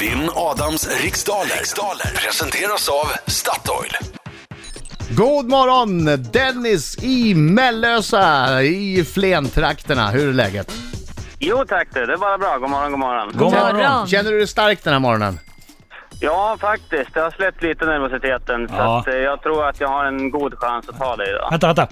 Vinn Adams riksdaler. riksdaler presenteras av Statoil. God morgon Dennis i Mellösa i Flentrakterna. Hur är läget? Jo tack du, det är bara bra. God morgon, god morgon. God morgon. Känner du dig stark den här morgonen? Ja faktiskt, jag har släppt lite nervositeten så Ja. att, eh, jag tror att jag har en god chans att ta det idag. Vänta, vänta.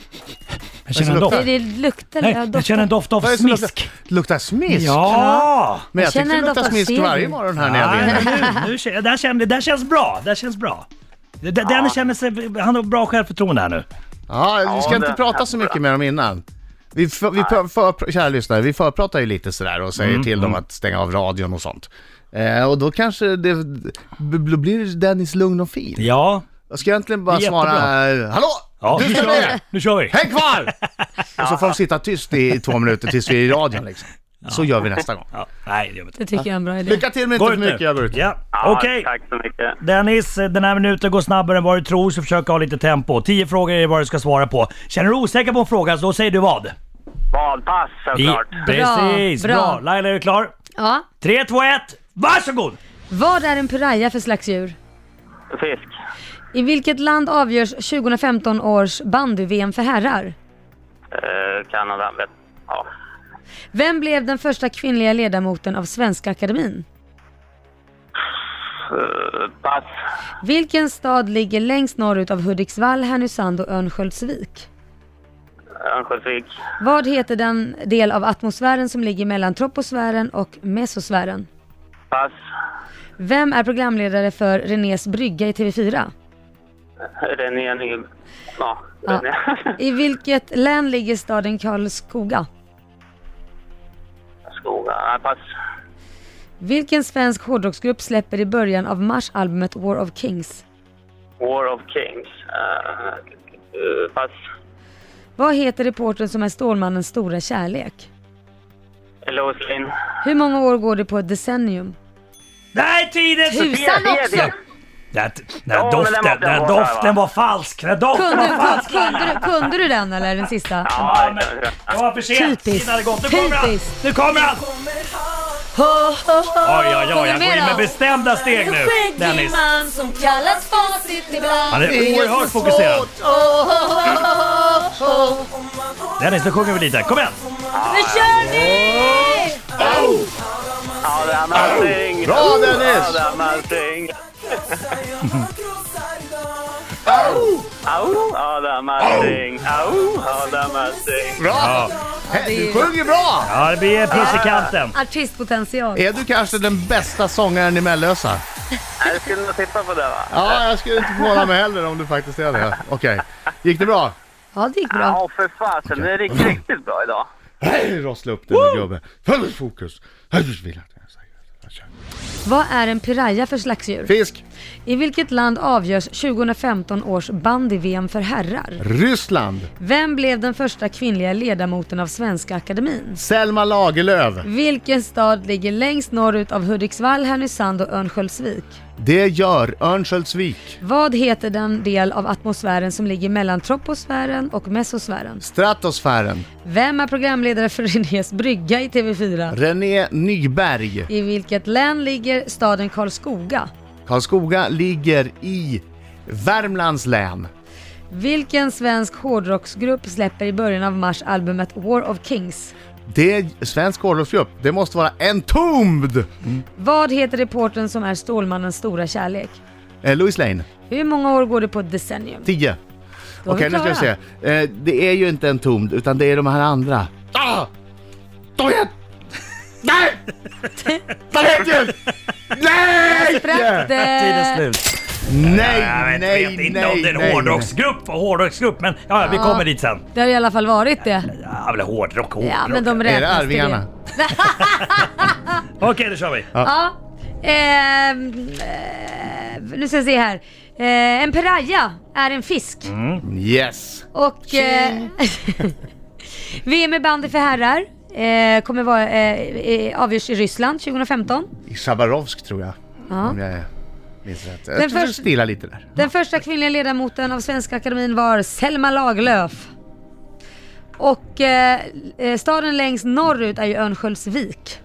Jag känner en doft. luktar? Det, det luktar Nej, ja, jag doftar. känner en doft av Vad är det som smisk. Luktar, luktar smisk? Ja! Men jag, Jag känner tycker det ändå luktar att jag smisk ser varje det. morgon här nere. vid er. Nej, nu känner, det, här känner, det här känns bra. Det här känns bra. Det- det- Den känner sig, han har bra självförtroende här nu. Ja, vi ska Ja, inte det- prata så mycket med dem innan. Vi, för, vi för, för, kära lyssnare, vi förpratar ju lite sådär och Mm. säger till dem att stänga av radion och sånt. Eh, och då kanske det b- b- blir Dennis lugn och fin. Ja. Jag ska egentligen bara Jättebra. svara eh, ”Hallå! ja du nu, ska kör vi. med! nu kör vi! Häng kvar!” Och så får de sitta tyst i, i två minuter tills vi är i radion liksom. Så gör vi nästa gång. Ja, nej, det gör vi inte. Det tycker jag är en bra idé. Lycka till men Gå inte ut för mycket, jag går nu. ut. Ja, Ja, okej. Tack så mycket. Dennis, den här minuten går snabbare än vad du tror så försök ha lite tempo. Tio frågor är vad du ska svara på. Känner du osäker på en fråga så säger du vad? Badpass såklart. Precis, bra. Bra, bra. Laila, är du klar? Ja. Tre, två, ett. varsågod! Vad är en piraya för slags djur? Fisk. I vilket land avgörs 2015 års bandy-VM för herrar? Eh, Kanada. Vet. Ja. Vem blev den första kvinnliga ledamoten av Svenska Akademin? Eh, pass. Vilken stad ligger längst norrut av Hudiksvall, Härnösand och Örnsköldsvik? Örnsköldsvik. Vad heter den del av atmosfären som ligger mellan troposfären och mesosfären? Pass. Vem är programledare för Renés brygga i TV4? René Ny... Ja, Ja. René. I vilket län ligger staden Karlskoga? Skoga. Nej, pass. Vilken svensk hårdrocksgrupp släpper i början av mars albumet War of Kings? War of Kings. Eh, eh, pass. Vad heter reportern som är Stålmannens stora kärlek? Lois Lane. Hur många år går det på ett decennium? Nej, tiden! Tusan också! Den här, den här Ja, men den doften, måste den här vara där, doften va? var falsk! Den här doften Kunde, var kunde, falsk! kunde, du- kunde du den eller den sista? Ja, det- det- Det var för sent! Typiskt. Tiden hade gått. Nu kommer han! Typiskt. Nu kommer han! Oj, oj, oj, han går in med bestämda steg nu, Dennis. man som kallas facit ibland Han är oerhört fokuserad. Dennis, nu sjunger vi lite. Kom igen! Nu kör vi! Ja, det är amazing. Bra, Dennis! Ja, det är amazing. Au, ja, det är amazing. Au, ja, det är amazing. Bra! Hä, Du sjunger bra! Ja, det blir puss i kanten. Artistpotential. Är du kanske den bästa sångaren i Mellösa? Nej, Jag skulle nog tippa på det, va? Ja, jag skulle inte förvåna mig heller om du faktiskt är det. Okej. Gick det bra? Ja, det gick bra. Ja, för fasen. Det är riktigt, riktigt bra idag. Hej, Rossla upp den nu gubbe. Full fokus. Hej, du vill att jag säger det. Jag kör. Vad är en piraya för slags djur? Fisk. I vilket land avgörs 2015 års bandy-VM för herrar? Ryssland. Vem blev den första kvinnliga ledamoten av Svenska Akademin? Selma Lagerlöf. Vilken stad ligger längst norrut av Hudiksvall, Härnösand och Örnsköldsvik? Det gör Örnsköldsvik. Vad heter den del av atmosfären som ligger mellan troposfären och mesosfären? Stratosfären. Vem är programledare för Renés brygga i TV4? René Nyberg. I vilket län ligger staden Karlskoga? Karlskoga ligger i Värmlands län. Vilken svensk hårdrocksgrupp släpper i början av mars albumet War of Kings? Det är svensk orlogsgrupp. Det måste vara Entombed! Vad heter reportern som är Stålmannens stora kärlek? Eh, Louis Lane. Hur många år går det på ett decennium? 10. Då är Okej, vi nu ska vi se. klara. Eh, det är ju inte en tomd, utan det är de här andra. Ah! De heter... Nej! De heter... Nej! Sprätt, Tiden eh, slut. Jag Nej, vet, nej, vet nej, inte om det är en nej. hårdrocksgrupp och hårdrocksgrupp, men ja, ja, vi kommer dit sen. Det har i alla fall varit det. Ja, väl hårdrock, hårdrock. Ja, men de Är det räknas till Arvingarna? det. Okej, då kör vi. Ja. Ehm, eh, nu ska jag se här. Eh, en piraya är en fisk. Mm. Yes. Och eh, VM i bandy för herrar eh, kommer vara, eh, eh, avgörs i Ryssland 2015. I Chabarovsk tror jag. Om jag minns rätt. Jag Den tror det först- stilla lite där. Den första kvinnliga ledamoten av Svenska Akademin var Selma Lagerlöf. Och eh, eh, staden längst norrut är ju Örnsköldsvik.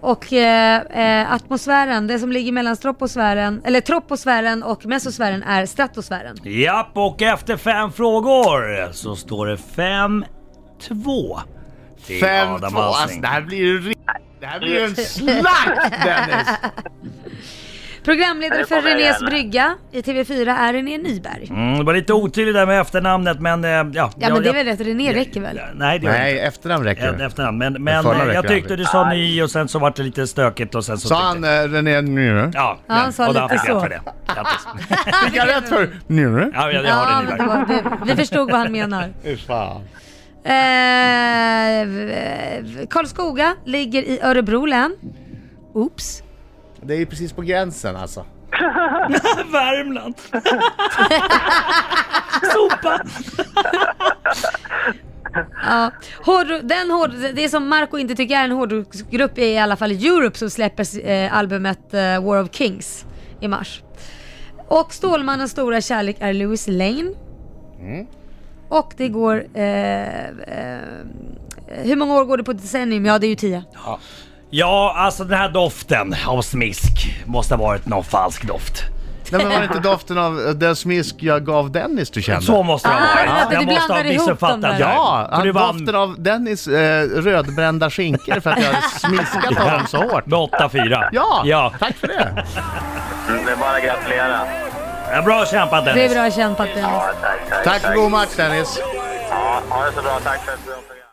Och eh, eh, atmosfären, det som ligger mellan troposfären, eller troposfären och mesosfären är stratosfären. Japp, och efter fem frågor så står det 5-2 till Fem, Adam två. Alltså, Alsing. det här blir ju ri- Det här blir ju en slakt Dennis! Programledare Det för kommer jag Renés gärna. brygga i TV4 är René Nyberg. Mm, det var lite otydligt där med efternamnet men... eh, Ja, Ja men det är väl rätt, René räcker väl? Nej, det är Nej, efternamn räcker inte. det. Efternamn. Men, men förra eh, jag veckan. tyckte du sa ny och sen så vart det lite stökigt och sen så... Sa tyckte- han eh, René Njure? Ja, Ja, han sa och då lite fick jag så. för det. Grattis. Fick jag rätt för Njure? Ja, jag, jag har Ja det men Nyberg. det var, vi, vi förstod vad han menar. Fy fan. Eh, v- Karlskoga ligger i Örebro län. Oops. Det är ju precis på gränsen alltså. Värmland. Sopa! Ja. Hård, den hård, det är som Marco inte tycker är en hårdrocksgrupp är i alla fall Europe som släpper eh, albumet eh, War of Kings i mars. Och Stålmannens stora kärlek är Louis Lane. Och det går... Eh, eh, hur många år går det på ett decennium? Ja, det är ju tio. Ja, alltså den här doften av smisk måste ha varit någon falsk doft. Nej men var det inte doften av eh, den smisk jag gav Dennis du kände? Så måste det ha Ah, varit. ja, du jag måste ha blandar ihop missuppfattat dem det där. här. Ja, För han du vann doften av Dennis eh, rödbrända skinkor för att jag hade smiskat honom så hårt. med 8-4. Ja, ja! tack för det. Det är bara att gratulera. Ja, Bra kämpat Det Dennis! är bra kämpat Dennis. Ja, tack, tack. Tack för god match Dennis. Ja, ha det så bra. Tack för ett bra program.